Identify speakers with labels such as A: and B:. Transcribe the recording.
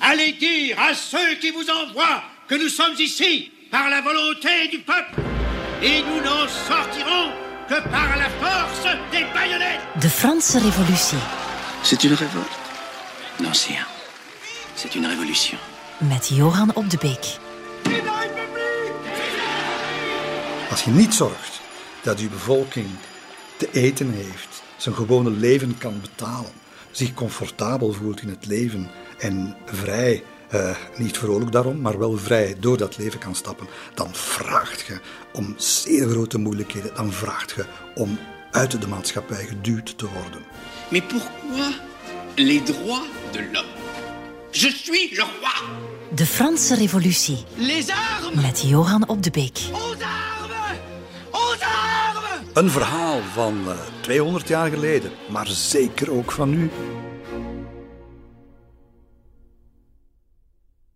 A: Allez dire à ceux qui vous envoient que nous sommes ici par la volonté du peuple et nous n'en sortirons que par la force des baïonnettes.
B: De Franse Revolutie.
C: C'est une révolte Non, c'est un. C'est une révolution.
B: Met Johan op de Beek.
D: Als je niet zorgt dat uw bevolking te eten heeft, zijn gewone leven kan betalen, zich comfortabel voelt in het leven en vrij, eh, niet vrolijk daarom, maar wel vrij door dat leven kan stappen, dan vraagt je om zeer grote moeilijkheden. Dan vraagt je om uit de maatschappij geduwd te worden.
C: Mais pourquoi les droits de l'homme Je suis le roi
B: De Franse Revolutie.
C: Les armes
B: Met Johan op de Beek.
C: Aux armes Aux armes
D: Een verhaal van eh, 200 jaar geleden, maar zeker ook van nu.